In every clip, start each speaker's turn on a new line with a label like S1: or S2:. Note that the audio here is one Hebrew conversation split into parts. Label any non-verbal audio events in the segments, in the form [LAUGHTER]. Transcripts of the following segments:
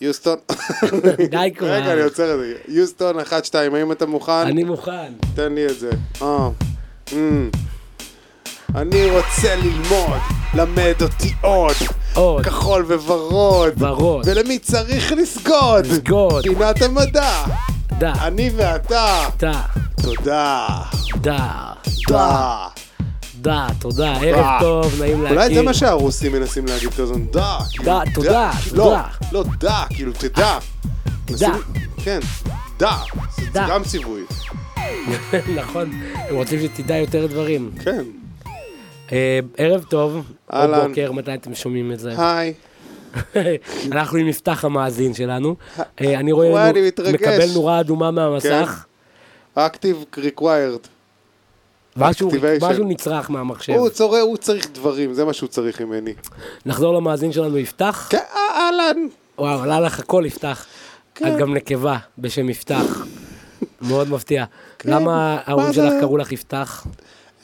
S1: יוסטון,
S2: די כבר.
S1: רגע, אני עוצר את זה. יוסטון, 1-2, האם אתה מוכן?
S2: אני מוכן.
S1: תן לי את זה. אה. אמ. אני רוצה ללמוד, למד אותי עוד.
S2: עוד.
S1: כחול וורוד.
S2: ורוד.
S1: ולמי צריך לסגוד?
S2: לסגוד.
S1: פינת המדע.
S2: דה.
S1: אני ואתה.
S2: דה.
S1: תודה.
S2: דה.
S1: דה.
S2: דה. תודה. ערב
S1: דה.
S2: טוב, נעים להכיר.
S1: אה. אולי זה מה שהרוסים מנסים להגיד כל הזמן, דה. כאילו,
S2: דה, תודה,
S1: כאילו,
S2: תודה.
S1: לא, לא, דה, כאילו, תדע.
S2: תדע.
S1: מנסים- כן, דה. זה
S2: דה.
S1: גם ציווי.
S2: [LAUGHS] נכון. הם רוצים שתדע יותר דברים.
S1: כן.
S2: אה, ערב טוב. או
S1: אהלן. אה.
S2: בוקר, מתי אתם שומעים את זה?
S1: היי.
S2: [LAUGHS] אנחנו עם מפתח המאזין שלנו. אה, אני רואה,
S1: וואי, אני
S2: נו-
S1: מתרגש.
S2: מקבל נורה אדומה מהמסך,
S1: Active required. כן,
S2: משהו
S1: Activation.
S2: משהו נצרך מהמחשב.
S1: הוא צורך, הוא צריך דברים, זה מה שהוא צריך ממני.
S2: נחזור למאזין שלנו יפתח.
S1: כן, אה, אהלן.
S2: וואו, עלה לך הכל יפתח.
S1: כן.
S2: את גם נקבה בשם יפתח. מאוד מפתיע. למה
S1: כן. מה
S2: ההורים
S1: זה?
S2: שלך קראו לך יפתח?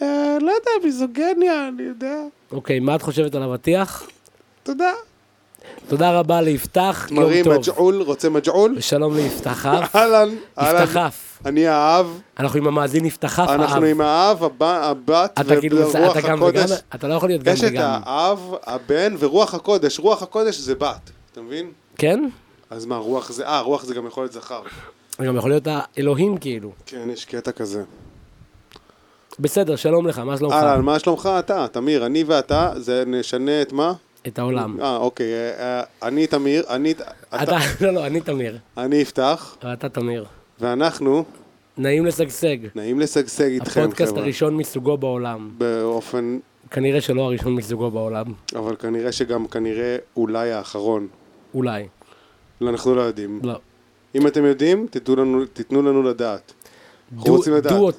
S1: אה, לא יודע, מיזוגניה, אני יודע.
S2: אוקיי, מה את חושבת על אבטיח?
S1: תודה.
S2: תודה רבה ליפתח,
S1: מרים אה,
S2: יום טוב.
S1: מג'עול, רוצה מג'עול?
S2: ושלום ליפתחף.
S1: אהלן. אהלן.
S2: יפתחף.
S1: אני האב,
S2: אנחנו עם המאזין יפתחף. האב.
S1: אנחנו עם האב, הב- הבת
S2: אתה כאילו,
S1: ורוח
S2: אתה גם וגם,
S1: הקודש.
S2: אתה לא יכול להיות גם
S1: יש את
S2: וגם.
S1: האב, הבן ורוח הקודש. רוח הקודש זה בת, אתה מבין?
S2: כן?
S1: אז מה, רוח זה... אה, רוח זה גם יכול להיות זכר.
S2: גם יכול להיות האלוהים כאילו.
S1: כן, יש קטע כזה.
S2: אוקיי. בסדר, שלום לך, מה שלומך?
S1: אהלן, מה שלומך אתה, תמיר? אני ואתה, זה נשנה את מה?
S2: את העולם.
S1: אה, אוקיי. אה, אה, אני תמיר, אני... אתה...
S2: אתה, לא, לא, אני תמיר.
S1: אני יפתח,
S2: אבל אתה תמיר.
S1: ואנחנו
S2: נעים לשגשג.
S1: נעים לשגשג איתכם,
S2: הפודקאסט
S1: חבר'ה.
S2: הראשון מסוגו בעולם.
S1: באופן...
S2: כנראה שלא הראשון מסוגו בעולם.
S1: אבל כנראה שגם כנראה אולי האחרון.
S2: אולי.
S1: לא, אנחנו לא יודעים.
S2: לא.
S1: אם אתם יודעים, תתנו לנו, תתנו לנו לדעת. אנחנו
S2: דו-
S1: רוצים לדעת.
S2: דו אות-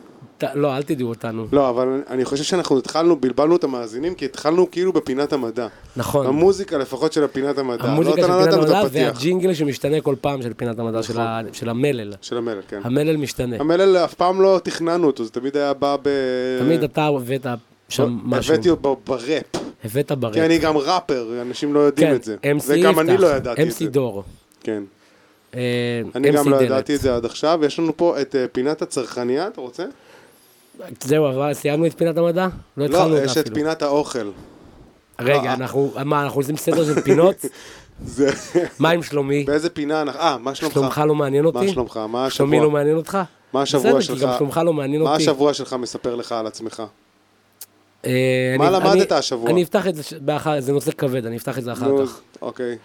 S2: לא, אל תדעו אותנו.
S1: לא, אבל אני- אני חושב שאנחנו התחלנו, בלבלנו את המאזינים, כי התחלנו כאילו בפינת המדע.
S2: נכון.
S1: המוזיקה לפחות של הפינת המדע.
S2: המוזיקה
S1: לא,
S2: של
S1: אתה לא
S2: פינת
S1: נתנו את
S2: המדע
S1: הפתיח.
S2: והג'ינגל שמשתנה כל פעם של פינת המדע, של ה- של המלל.
S1: של המלל, כן.
S2: המלל משתנה.
S1: המלל, אף פעם לא תכננו אותו, זה תמיד היה בא ב...
S2: תמיד אתה הבאת שם משהו.
S1: הבאתי אותו בראפ.
S2: הבאת ברק.
S1: כי אני גם ראפר, אנשים לא יודעים את זה.
S2: MC
S1: זה גם אני
S2: כן, יפתח,
S1: לא ידעתי את זה.
S2: MC דור.
S1: כן.
S2: אה,
S1: אני
S2: MC
S1: גם לא
S2: דלת.
S1: ידעתי את זה עד עכשיו. יש לנו פה את אה, פינת הצרכניה, אתה רוצה?
S2: זהו, אבל סיימנו את פינת המדע? לא התחלנו
S1: לא,
S2: אותה
S1: יש את
S2: אפילו.
S1: פינת האוכל.
S2: רגע,
S1: אה.
S2: אנחנו, מה, אנחנו עושים סדר של פינות?
S1: [LAUGHS] זה... [LAUGHS]
S2: מה עם שלומי?
S1: באיזה פינה אנחנו... אה, מה שלומך?
S2: שלומך לא מעניין אותי?
S1: מה שלומך? מה
S2: שלומי לא
S1: השבוע?
S2: מעניין אותך?
S1: מה השבוע
S2: בסדר,
S1: שלך?
S2: כי גם שלומך לא מעניין
S1: מה
S2: אותי.
S1: השבוע שלך מספר לך על עצמך?
S2: אה,
S1: מה
S2: אני-
S1: למדת
S2: אני-
S1: השבוע?
S2: אני אפתח את זה ש- באחר, זה נושא כבד, אני אפתח את זה אחר
S1: נו,
S2: כך.
S1: אוקיי.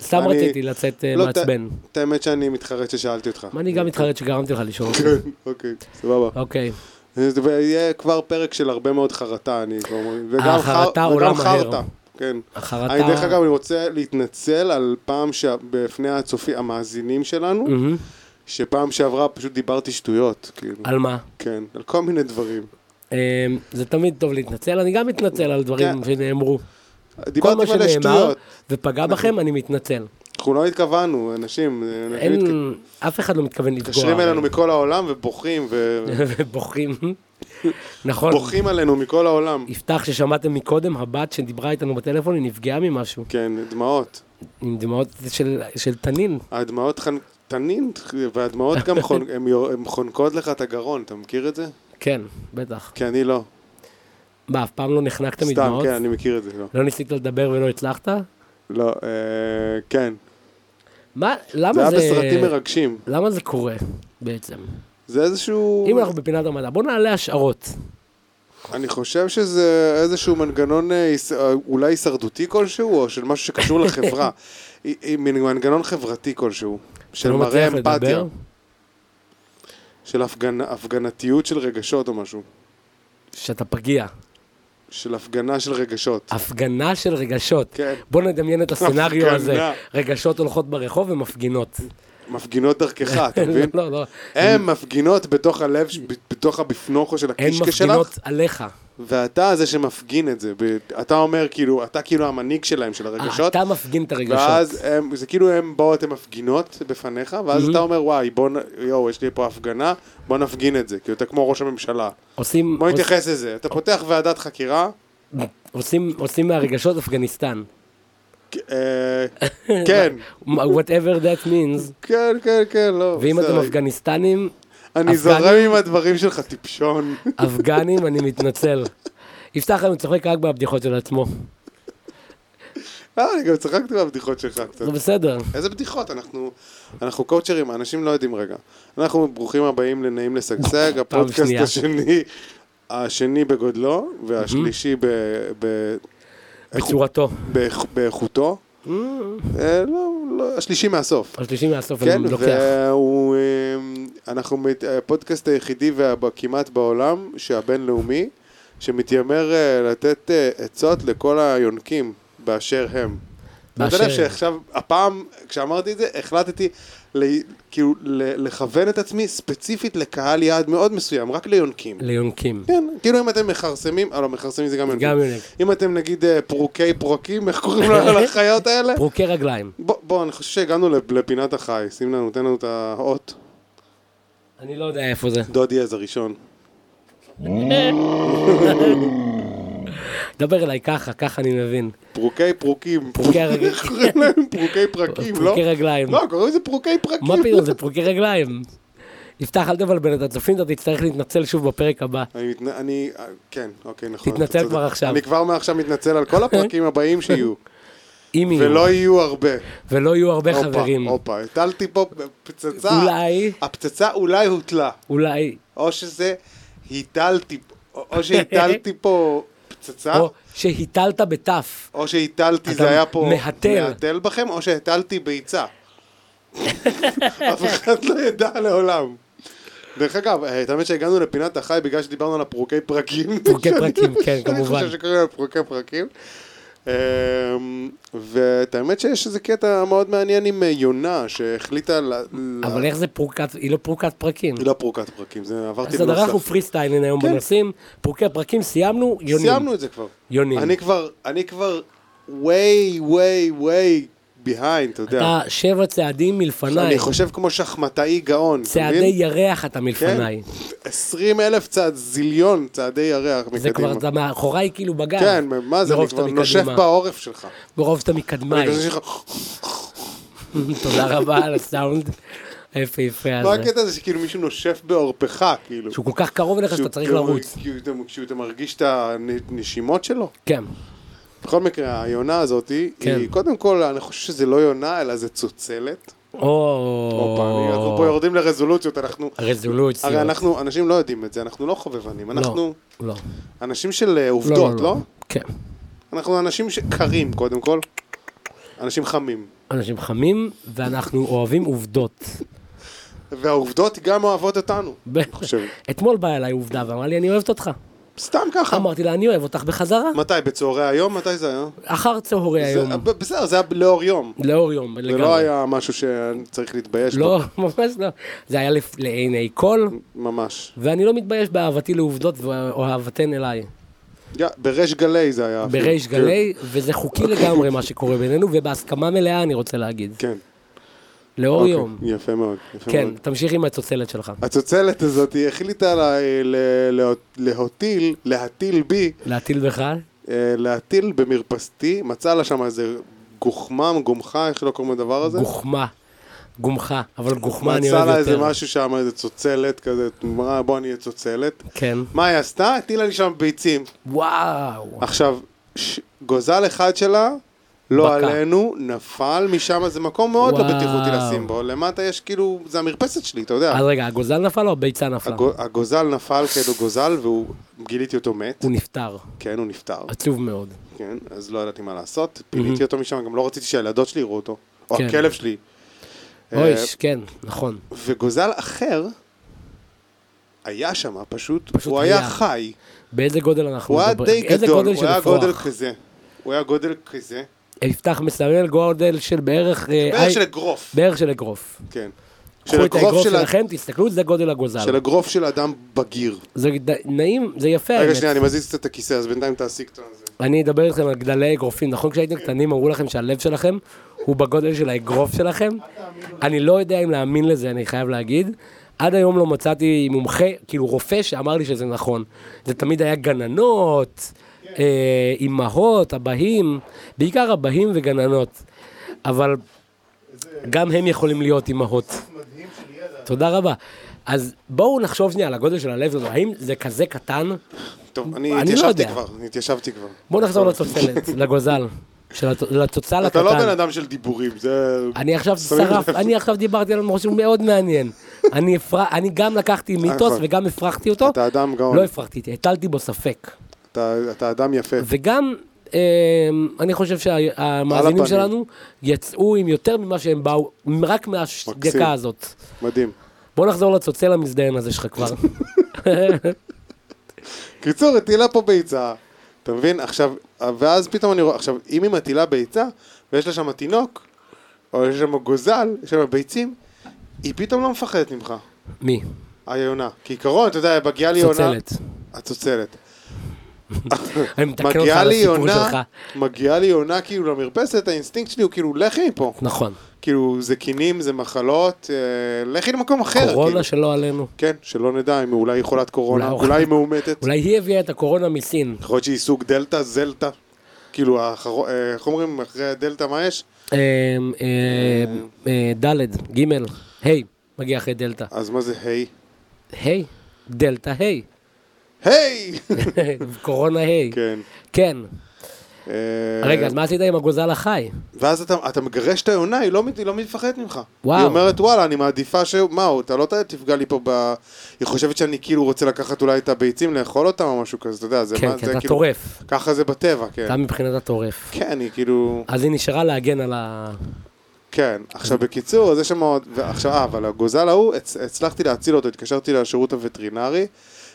S2: סתם
S1: אני-
S2: רציתי לצאת אה,
S1: לא, ת-
S2: מעצבן.
S1: את האמת שאני מתחרט ששאלתי אותך.
S2: מה, אני גם מתחרט שגרמתי לך לשאול אותי.
S1: כן, אוקיי, סבבה.
S2: אוקיי,
S1: זה יהיה כבר פרק של הרבה מאוד חרטה, אני כבר אומר.
S2: אה,
S1: וגם חר-
S2: החרטה עולה
S1: וגם
S2: מהר.
S1: חרטה. כן.
S2: החרטה...
S1: אני דרך אגב, אני רוצה להתנצל על פעם ש... בפני הצופי, המאזינים שלנו,
S2: מהמם.
S1: שפעם שעברה פשוט דיברתי שטויות, כאילו.
S2: על מה?
S1: כן, על כל מיני דברים.
S2: אה, זה תמיד טוב להתנצל, אני גם מתנצל על דברים
S1: כן.
S2: שנאמרו. כל
S1: דיברתי
S2: מה
S1: מלא
S2: שנאמר
S1: שטויות.
S2: ופגע
S1: נכון.
S2: בכם, אני מתנצל.
S1: אנחנו לא התכוונו, אנשים, אנשים
S2: אין,
S1: מתק-
S2: אף אחד לא מתכוון לפגוע.
S1: מתקשרים אלינו מכל העולם ובוכים,
S2: [LAUGHS] ובוכים. נכון.
S1: ובוכים עלינו מכל העולם.
S2: יפתח ששמעתם מקודם, הבת שדיברה איתנו בטלפון, היא נפגעה ממשהו.
S1: כן, דמעות.
S2: עם דמעות של, של תנין.
S1: הדמעות חנ... תנין, והדמעות
S2: [LAUGHS]
S1: גם חונ... הם יור- הם חונקות לך את הגרון, אתה מכיר את זה?
S2: כן, בטח.
S1: כי אני לא.
S2: מה, אף פעם לא נחנקת
S1: סתם,
S2: מדמעות?
S1: כן, אני מכיר את זה, לא.
S2: לא ניסית לדבר ולא הצלחת?
S1: לא, אה, כן.
S2: מה, למה
S1: זה
S2: זה...
S1: היה בסרטים מרגשים.
S2: למה זה קורה בעצם?
S1: זה איזשהו...
S2: אם אנחנו בפינת המדע, בוא נעלה השערות.
S1: אני חושב שזה איזשהו מנגנון אה, היש- אה, אולי הישרדותי כלשהו, או של משהו שקשור
S2: [LAUGHS]
S1: לחברה. אה, אה, מין מנגנון חברתי כלשהו. של
S2: אתה לא
S1: מראה
S2: מצליח
S1: אמפתיה.
S2: לדבר?
S1: של הפגנ... הפגנתיות של רגשות או משהו.
S2: שאתה פגיע.
S1: של הפגנה של רגשות.
S2: הפגנה של רגשות.
S1: כן.
S2: בוא נדמיין את הסצנריו
S1: הפגנה.
S2: הזה. רגשות הולכות ברחוב ומפגינות.
S1: מפגינות דרכך,
S2: [LAUGHS]
S1: אתה מבין?
S2: אה. לא, לא.
S1: הן מפגינות בתוך הלב, ש- בתוך הביפנוכו של
S2: הן
S1: הקישקע
S2: מפגינות
S1: שלך,
S2: עליך.
S1: ואתה זה שמפגין את זה. ב- אתה אומר כאילו, אתה כאילו המנהיג שלהם, של
S2: אה,
S1: הרגשות,
S2: אתה מפגין את הרגשות. Mm-hmm.
S1: ואז הם, זה כאילו הם באות, הן מפגינות בפניך, ואז אתה אומר, וואי, בוא, נ- יואו, יש לי פה הפגנה, בוא נפגין את זה, כאילו, אתה כמו ראש הממשלה.
S2: עושים-
S1: בוא נתייחס לזה. אתה פותח ועדת חקירה,
S2: עושים- עושים מהרגשות אפגניסטן. [LAUGHS]
S1: אה, כן,
S2: whatever that means.
S1: כן, כן, כן, לא.
S2: ואם
S1: בסדר.
S2: אתם
S1: [LAUGHS]
S2: אפגניסטנים,
S1: אני זורם עם הדברים שלך, טיפשון. [LAUGHS]
S2: אפגנים, אני מתנצל. יפתח לנו צוחק רק בבדיחות של עצמו.
S1: אה, אני גם צחקתי מהבדיחות שלך קצת.
S2: זה בסדר.
S1: איזה בדיחות? אנחנו אנחנו קואוצ'רים, האנשים לא יודעים רגע. אנחנו ברוכים הבאים לנעים לשגשג, הפודקאסט
S2: שנייה.
S1: השני, השני בגודלו, והשלישי ב... ב-
S2: בצורתו.
S1: באיכ- באיכותו. אה, לא, לא, השלישי מהסוף.
S2: השלישי מהסוף
S1: כן,
S2: אני לוקח.
S1: והוא... אה, אנחנו מת- הפודקאסט היחידי וה- כמעט בעולם, שהבינלאומי, שמתיימר אה, לתת אה, עצות לכל היונקים באשר הם. אתה יודע
S2: באשר-
S1: שעכשיו, הפעם, כשאמרתי את זה, החלטתי ל, כאילו ל, לכוון את עצמי ספציפית לקהל יעד מאוד מסוים, רק ליונקים.
S2: ליונקים.
S1: כן, כאילו אם אתם מכרסמים, אה לא, מכרסמים זה גם יונקים.
S2: גם יונק.
S1: אם אתם נגיד אה, פרוקי פרוקים, איך קוראים לנו
S2: [LAUGHS]
S1: לחיות האלה?
S2: פרוקי רגליים.
S1: בוא, בוא, אני חושב שהגענו לפ- לפינת החי, שים לנו, תן לנו את האות.
S2: אני לא יודע איפה זה.
S1: דודי אז הראשון.
S2: דבר אליי ככה, ככה אני מבין.
S1: פרוקי פרוקים.
S2: פרוקי
S1: [LAUGHS]
S2: הרגליים.
S1: איך קוראים להם? פרוקי פרקים, לא?
S2: פרוקי רגליים.
S1: לא, קוראים לזה פרוקי פרקים.
S2: מה פתאום, זה פרוקי רגליים. יפתח, אל תבלבל את הצופים, אתה תצטרך להתנצל שוב בפרק הבא.
S1: אני, מתנ... אני, אה, כן, אוקיי, נכון.
S2: תתנצל
S1: אתה צודק.
S2: כבר עכשיו.
S1: אני כבר מעכשיו מתנצל על כל הפרקים
S2: [LAUGHS]
S1: הבאים שיהיו,
S2: אם יהיו.
S1: ולא יהיו הרבה.
S2: ולא יהיו הרבה
S1: הופה,
S2: חברים.
S1: הופה, הטלתי פה פצצה.
S2: אולי,
S1: הפצצה אולי הוטלה,
S2: אולי,
S1: או שזה הטלתי, או שהטלתי
S2: [LAUGHS]
S1: פה פצצה,
S2: או שהיטלת בתף.
S1: או שהטלתי,
S2: אתה
S1: זה היה פה...
S2: מהתל.
S1: מהתל בכם, או שהטלתי ביצה. [LAUGHS] אף אחד לא ידע לעולם. דרך אגב, אה, את האמת שהגענו לפינת החי בגלל שדיברנו על הפרוקי פרקים.
S2: [LAUGHS] פרוקי פרקים, כן,
S1: אני
S2: כמובן.
S1: חושב שקוראים להם פרוקי פרקים. אמ, ואת האמת שיש איזה קטע מאוד מעניין עם אה, יונה שהחליטה ל... ל-
S2: אבל איך זה פרוקת, היא לא פרוקת פרקים.
S1: היא לא פרוקת פרקים, זה עברתי
S2: אז עד אנחנו
S1: בנוסף.
S2: פרי סטיילין היום
S1: כאילו, לא כן.
S2: בנושאים, פרוקי פרקים סיימנו, יונים.
S1: סיימנו את זה כבר.
S2: יונים.
S1: אני כבר, אני כבר way way way behind, אתה יודע.
S2: אתה שבע צעדים מלפניי,
S1: אני חושב כמו שחמטאי גאון, אתה
S2: צעדי
S1: מבין?
S2: ירח אתה מלפניי.
S1: כן, 20 אלף צעד, זיליון צעדי ירח
S2: זה
S1: מקדימה.
S2: כבר, אתה מאחוריי כאילו בגב.
S1: כן, מה זה, אני
S2: מרוב שאתה
S1: כבר נושב
S2: מקדימה.
S1: בעורף שלך.
S2: מרוב שאתה מקדמיי.
S1: אני כזה שלך,
S2: [LAUGHS] תודה רבה על הסאונד היפהפה
S1: מה
S2: הזה.
S1: הקטע הזה שכאילו מישהו נושף בעורפך, כאילו?
S2: שהוא כל כך קרוב אליך שאתה צריך
S1: כאילו-
S2: לרוץ.
S1: כאילו אתה- כשאתה מרגיש את הנשימות שלו?
S2: כן.
S1: בכל מקרה, היונה הזאת,
S2: כן.
S1: היא קודם כל, אני חושב שזה לא יונה, אלא זה צוצלת. הופה, אני- אנחנו פה
S2: או...
S1: יורדים לרזולוציות, אנחנו...
S2: רזולוציות.
S1: הרי אנחנו, אנשים לא יודעים את זה, אנחנו לא חובבנים,
S2: לא,
S1: אנחנו
S2: לא.
S1: אנשים של אה,
S2: לא,
S1: עובדות, לא?
S2: כן.
S1: אנחנו אנשים ש- קרים, קודם כל. אנשים חמים.
S2: אנשים חמים, ואנחנו אוהבים עובדות.
S1: והעובדות גם אוהבות אותנו, אני חושב. אה.
S2: אתמול באה אליי עובדה ואמרה לי, אני אוהבת אותך.
S1: סתם ככה.
S2: אמרתי לה, אני אוהב אותך בחזרה.
S1: מתי? בצהרי היום? מתי זה היה?
S2: אחר צהרי היום.
S1: זה- ב- בסדר, זה היה לאור יום.
S2: לאור יום,
S1: זה לא
S2: לגמרי.
S1: היה משהו שצריך להתבייש בו,
S2: לא, [LAUGHS] ממש לא. זה היה לפ- לעיני כל,
S1: ממש.
S2: ואני לא מתבייש באהבתי לעובדות או אהבתן אליי.
S1: יא, בריש גלי זה היה. אפילו.
S2: בריש
S1: כן,
S2: גלי, וזה חוקי לגמרי מה שקורה בינינו, ובהסכמה מלאה אני רוצה להגיד.
S1: כן.
S2: לאור
S1: אוקיי,
S2: יום.
S1: יפה מאוד. יפה
S2: כן,
S1: מאוד.
S2: תמשיך עם הצוצלת שלך.
S1: הצוצלת הזאת היא החליטה לה- אה, ל- לה- להטיל, להטיל בי,
S2: להטיל בך?
S1: אה, להטיל במרפסתי, מצא לה שם איזה גוחמם, גומחה, איך לא קוראים לדבר הזה?
S2: גוחמה. גומך, אבל גוחמה אני
S1: מצא לה
S2: אוהב
S1: איזה
S2: יותר.
S1: משהו שם, איזה צוצלת כזה, אמרה בוא אני אהיה צוצלת.
S2: כן.
S1: מה היא עשתה? הטילה לי שם ביצים.
S2: וואו.
S1: עכשיו, ש... גוזל אחד שלה, לא
S2: בקע.
S1: עלינו, נפל משם, אז זה מקום מאוד לא
S2: וואו.
S1: בטיחותי לשים בו. למטה יש כאילו, זה המרפסת שלי, אתה יודע.
S2: אז רגע, הגוזל נפל או הביצה נפלה?
S1: הגו- הגוזל נפל כאילו גוזל, והוא, גיליתי אותו מת.
S2: הוא נפטר.
S1: כן, הוא נפטר.
S2: עצוב מאוד.
S1: כן, אז לא ידעתי מה לעשות. פיניתי אותו משם, גם לא רציתי שהילדות שלי יראו אותו. או
S2: כן.
S1: הכלב שלי. אה,
S2: אויש, כן, נכון.
S1: וגוזל אחר, היה שם פשוט,
S2: פשוט
S1: הוא היה
S2: היה.
S1: חי.
S2: באיזה גודל אנחנו
S1: הוא היה
S2: מדברים?
S1: די
S2: איזה
S1: גדול,
S2: גודל
S1: הוא
S2: של
S1: היה גודל
S2: אפרוח?
S1: כזה. הוא היה גודל כזה.
S2: יפתח מסמל גודל של בערך... אה,
S1: בערך
S2: אי-
S1: של אגרוף.
S2: בערך של אגרוף.
S1: כן. של
S2: קחו את
S1: אגרוף
S2: האגרוף
S1: של ה-
S2: שלכם, תסתכלו, זה גודל הגוזל.
S1: של אגרוף של אדם בגיר.
S2: זה ד- נעים, זה יפה.
S1: רגע,
S2: האמת.
S1: שנייה, אני מזיז קצת את הכיסא, אז בינתיים תעשי קצת על זה.
S2: אני אדבר איתכם על גדלי אגרופים. נכון כשהייתם קטנים אמרו לכם שהלב שלכם הוא בגודל של האגרוף שלכם? אני לא יודע אם להאמין לזה, אני חייב להגיד. עד היום לא מצאתי מומחה, כאילו רופא, שאמר לי שזה נכון. זה תמיד היה גננות, אה, אימהות, אבהים, בעיקר אבהים וגננות. אבל גם הם יכולים להיות אימהות. תודה רבה. אז בואו נחשוב שנייה על הגודל של הלב שלנו, האם זה כזה קטן?
S1: טוב, אני
S2: אני לא
S1: התיישבתי
S2: יודע.
S1: כבר, אני התיישבתי כבר.
S2: בואו נחזור לתוצלת, לגוזל, של התוצ- לתוצל
S1: אתה לא בן
S2: הקטן.
S1: אדם של דיבורים, זה...
S2: אני עכשיו
S1: שמים
S2: שרף,
S1: לב.
S2: אני עכשיו דיברתי על משהו מאוד מעניין. אני הפר- אני גם לקחתי מיתוס
S1: נכון.
S2: וגם הפרחתי אותו.
S1: אתה אדם גאון.
S2: לא הפרחתי, הטלתי בו ספק.
S1: אתה- אתה אדם יפה.
S2: וגם, אה, אני חושב שהמאזינים
S1: הפנים.
S2: שלנו יצאו עם יותר ממה שהם באו, רק
S1: מקסים.
S2: מהדקה הזאת.
S1: מדהים.
S2: בוא נחזור לצוצל המזדיין הזה שלך
S1: [LAUGHS]
S2: כבר.
S1: קיצור, הטילה פה ביצה. אתה מבין? עכשיו, ואז פתאום אני רואה, עכשיו, אם היא מטילה ביצה, ויש לה שם תינוק, או יש שם גוזל, יש שם ביצים, היא פתאום לא מפחדת ממך,
S2: מי?
S1: היונה. כעיקרון, אתה יודע, מגיעה לי יונה...
S2: צוצלת.
S1: הצוצלת.
S2: אני מתקן אותך
S1: מגיעה
S2: על
S1: לי
S2: הסיפור שלך.
S1: יונה, מגיעה לי יונה כאילו למרפסת, האינסטינקט שלי הוא כאילו, לכי מפה.
S2: נכון.
S1: כאילו, זה קינים, זה מחלות, אה, לכי למקום אחר.
S2: קורונה
S1: כאילו.
S2: שלא עלינו.
S1: כן, שלא נדע אם אולי היא חולת קורונה,
S2: אולי-
S1: אולי היא מאומתת.
S2: אולי היא הביאה את הקורונה מסין.
S1: יכול להיות שהיא סוג דלתא, זלתא. כאילו, האחרו- אה, איך אומרים, אחרי הדלתא מה יש?
S2: אה, אה, אה, ד', ג', ה', מגיע אחרי דלתא.
S1: אז מה זה היי?
S2: ה', דלתא
S1: [LAUGHS]
S2: ה'.
S1: היי!
S2: קורונה ה'.
S1: כן.
S2: כן.
S1: אה,
S2: רגע, אז מה עשית עם הגוזל החי?
S1: ואז אתה, אתה מגרש את היונה, היא לא, מת- היא לא מתפחדת ממך.
S2: וואו.
S1: היא אומרת, וואלה, אני מעדיפה ש... מה, אתה לא תפגע לי פה ב... היא חושבת שאני כאילו רוצה לקחת אולי את הביצים, לאכול אותם או משהו כזה, אתה יודע, זה
S2: כן,
S1: מה,
S2: כי
S1: זה
S2: אתה
S1: כאילו...
S2: טורף.
S1: ככה זה בטבע, כן.
S2: אתה מבחינת הטורף.
S1: כן, היא כאילו...
S2: אז היא נשארה להגן על ה...
S1: כן, עכשיו בקיצור, אז יש שם עוד, ועכשיו, אה, אבל הגוזל ההוא, הצ, הצלחתי להציל אותו, התקשרתי לשירות הווטרינרי.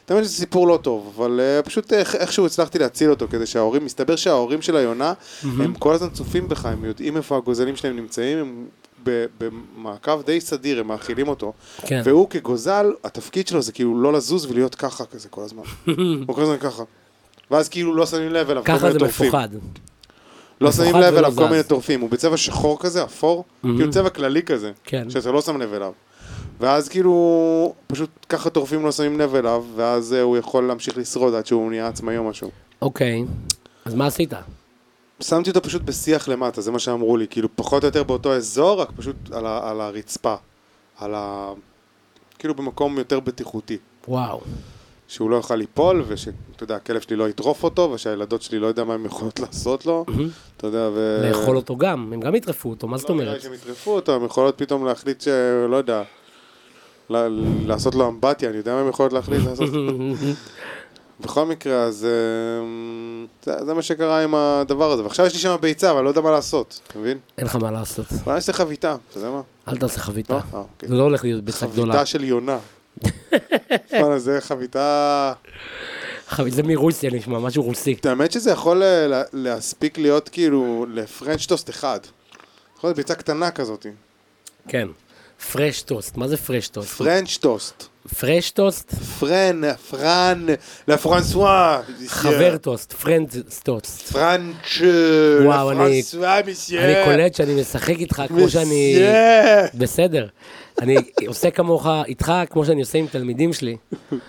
S1: תמיד זה סיפור לא טוב, אבל uh, פשוט איך, איכשהו הצלחתי להציל אותו, כדי שההורים, מסתבר שההורים של היונה, הם כל הזמן צופים בך, הם יודעים איפה הגוזלים שלהם נמצאים, הם ב- במעקב די סדיר, הם מאכילים אותו.
S2: כן.
S1: והוא כגוזל, התפקיד שלו זה כאילו לא לזוז ולהיות ככה כזה כל
S2: [LAUGHS]
S1: הזמן. הוא כל הזמן ככה. ואז כאילו לא שמים לב אליו, כל
S2: ככה
S1: מיני
S2: זה
S1: טורפים.
S2: מפוחד.
S1: לא
S2: מפוחד
S1: שמים לב
S2: ולא
S1: אליו כל
S2: זז.
S1: מיני טורפים, הוא בצבע שחור כזה, אפור, כאילו צבע כללי כזה,
S2: כן.
S1: שאתה לא שם לב אליו. ואז כאילו, פשוט ככה טורפים לא שמים לב אליו, ואז אה, הוא יכול להמשיך לשרוד עד שהוא נהיה עצמאי או משהו.
S2: אוקיי, אז מה עשית?
S1: שמתי אותו פשוט בשיח למטה, זה מה שאמרו לי, כאילו פחות או יותר באותו אזור, רק פשוט על, ה- על הרצפה, על ה... כאילו במקום יותר בטיחותי,
S2: וואו.
S1: שהוא לא יוכל ליפול, ושאתה יודע, הכלב שלי לא יטרוף אותו, ושהילדות שלי לא יודע מה הן יכולות לעשות לו, אתה יודע, ו...
S2: לאכול אותו גם, הם גם יטרפו אותו, מה זאת
S1: לא, נראה לי
S2: אומרת?
S1: שהם יטרפו אותו, הם יכולות פתאום להחליט שלא יודע, ל- לעשות לו אמבטיה, אני יודע מה הם יכולות להחליט לעשות.
S2: [LAUGHS]
S1: בכל מקרה, אז אמ, זה, זה מה שקרה עם הדבר הזה. ועכשיו יש לי שם ביצה, אבל אני לא יודע מה לעשות, אתה מבין?
S2: אין לך מה לעשות,
S1: אולי אני אעשה חביתה, אתה יודע מה?
S2: אל תעשה חביתה.
S1: לא? אה, אוקיי.
S2: זה לא הולך להיות ביצה גדולה.
S1: חביתה של
S2: [LAUGHS]
S1: יונה. וואלה, זה חביתה...
S2: חב- זה מרוסיה נשמע, משהו רוסי.
S1: האמת שזה יכול אה, לה- להספיק להיות כאילו לפרנץ' טוסט אחד. יכול להיות ביצה קטנה כזאת.
S2: כן. פרש טוסט, מה זה פרש טוסט?
S1: פרנץ' טוסט.
S2: פרש טוסט?
S1: פרן, פרן, לה פרנסואה.
S2: חבר טוסט, פרנד טוסט.
S1: פרנץ',
S2: וואו, אני-
S1: לפרנסואה, מסייה.
S2: אני קולט שאני משחק איתך כמו שאני...
S1: מסייה.
S2: בסדר. אני עושה כמוך, איתך, כמו שאני עושה עם
S1: [LAUGHS]
S2: תלמידים שלי.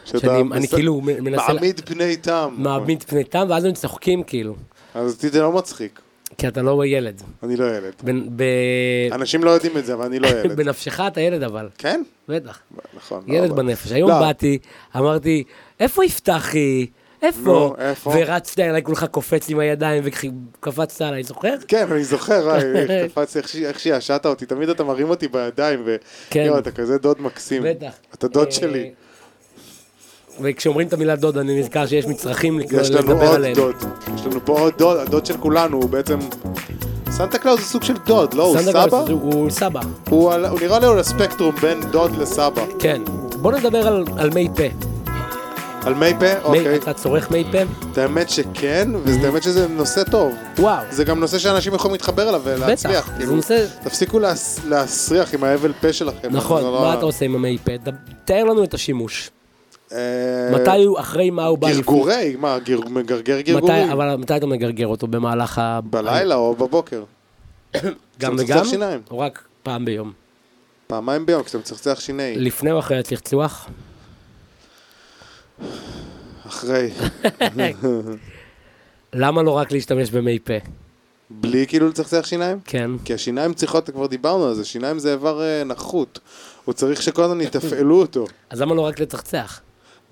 S1: שאתה
S2: שאני אני
S1: מס-
S2: כאילו מ- מנסה... לה-
S1: מעמיד פני טעם.
S2: מעמיד פני תם, ואז הם צוחקים כאילו.
S1: אז אותי זה לא מצחיק,
S2: כי אתה לא ילד.
S1: אני לא ילד.
S2: בנ- ב-
S1: אנשים לא יודעים את זה, אבל אני לא ילד.
S2: [LAUGHS] בנפשך אתה ילד אבל,
S1: כן?
S2: בטח.
S1: נכון. לא,
S2: ילד
S1: אבל-
S2: בנפש. היום
S1: לא,
S2: באתי, אמרתי, איפה יפתחי? איפה?
S1: נו, איפה?
S2: ורצת אליי כולך קופץ עם הידיים וקפצת עליי, זוכר?
S1: כן, אני
S2: [LAUGHS]
S1: זוכר, אה, קפצתי, איך שהיא- איך שישעת אותי, תמיד אתה מרים אותי בידיים, ו...
S2: כן.
S1: יואו, אתה כזה דוד מקסים.
S2: בטח.
S1: אתה דוד
S2: אה,
S1: שלי.
S2: וכשאומרים את המילה דוד, אני נזכר שיש מצרכים
S1: יש
S2: לקרוא-
S1: לנו
S2: לדבר
S1: עוד
S2: עליהם.
S1: דוד, יש לנו פה עוד דוד, הדוד של כולנו הוא בעצם... סנטה קלאוס זה סוג של דוד, לא? הוא
S2: סנדה
S1: סבא?
S2: קלאוס הוא- הוא סבא,
S1: הוא על- הוא נראה לי על הספקטרום בין דוד לסבא.
S2: כן. בוא נדבר על- על מי פה.
S1: על מי פה?
S2: מי-
S1: אוקיי. כן,
S2: אתה צורך מי פה?
S1: את האמת שכן, ואת האמת שזה נושא טוב.
S2: וואו.
S1: זה גם נושא שאנשים יכולים להתחבר אליו ולהצליח.
S2: בטח,
S1: כאילו.
S2: זה נושא-
S1: תפסיקו להס- להסריח עם האבל פה שלכם.
S2: נכון,
S1: זה לא-
S2: מה אתה עושה עם המי פה? ת- תאר לנו את השימוש.
S1: אה,
S2: מתי הוא, אחרי מה הוא בא לפני?
S1: גרגורי, מה, גר- מגרגר גרגורים?
S2: מתי, אבל מתי אתה מגרגר אותו? במהלך ה...
S1: בלילה או בבוקר.
S2: גם
S1: כשאתה
S2: וגם?
S1: מצחצח שיניים. כן.
S2: או רק פעם ביום?
S1: פעמיים ביום, כשאתה מצחצח שיני.
S2: לפני או אחרי הצחצוח?
S1: אחרי.
S2: למה לא רק להשתמש במי פה?
S1: בלי כאילו לצחצח שיניים?
S2: כן.
S1: כי השיניים צריכות, כבר דיברנו על זה, שיניים זה איבר אה, נחות. הוא צריך שכל הזמן יתפעלו אותו.
S2: אז למה לא רק לצחצח?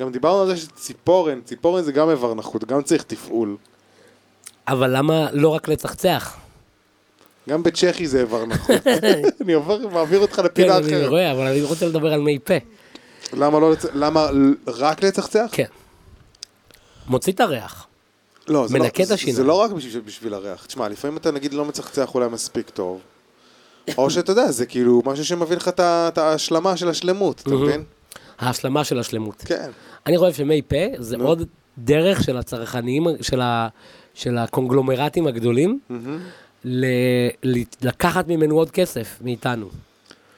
S1: גם דיברנו על זה שציפורן, ציפורן זה גם איבר נחות, גם צריך תפעול.
S2: אבל למה לא רק לצחצח?
S1: גם בצ'כי זה איבר נכון.
S2: [LAUGHS]
S1: אני עובר, מעביר אותך
S2: כן,
S1: לפינה
S2: אני
S1: אחרת.
S2: רואה, אבל אני רוצה לדבר על מי פה.
S1: למה לא, לצ- למה רק לצחצח?
S2: כן. מוציא את הריח.
S1: לא, זה לא-
S2: מנקה את
S1: זה-
S2: השיניים.
S1: זה לא רק בשביל- בשביל הריח. תשמע, לפעמים אתה נגיד לא מצחצח אולי מספיק טוב. או שאתה יודע, זה כאילו משהו שמביא לך את ה- את ההשלמה של השלמות, אתה מבין?
S2: ההשלמה של השלמות.
S1: כן.
S2: אני חושב שמי פה זה עוד דרך של הצרכניים, של, ה, של הקונגלומרטים הגדולים, ל, ל, לקחת ממנו עוד כסף, מאיתנו.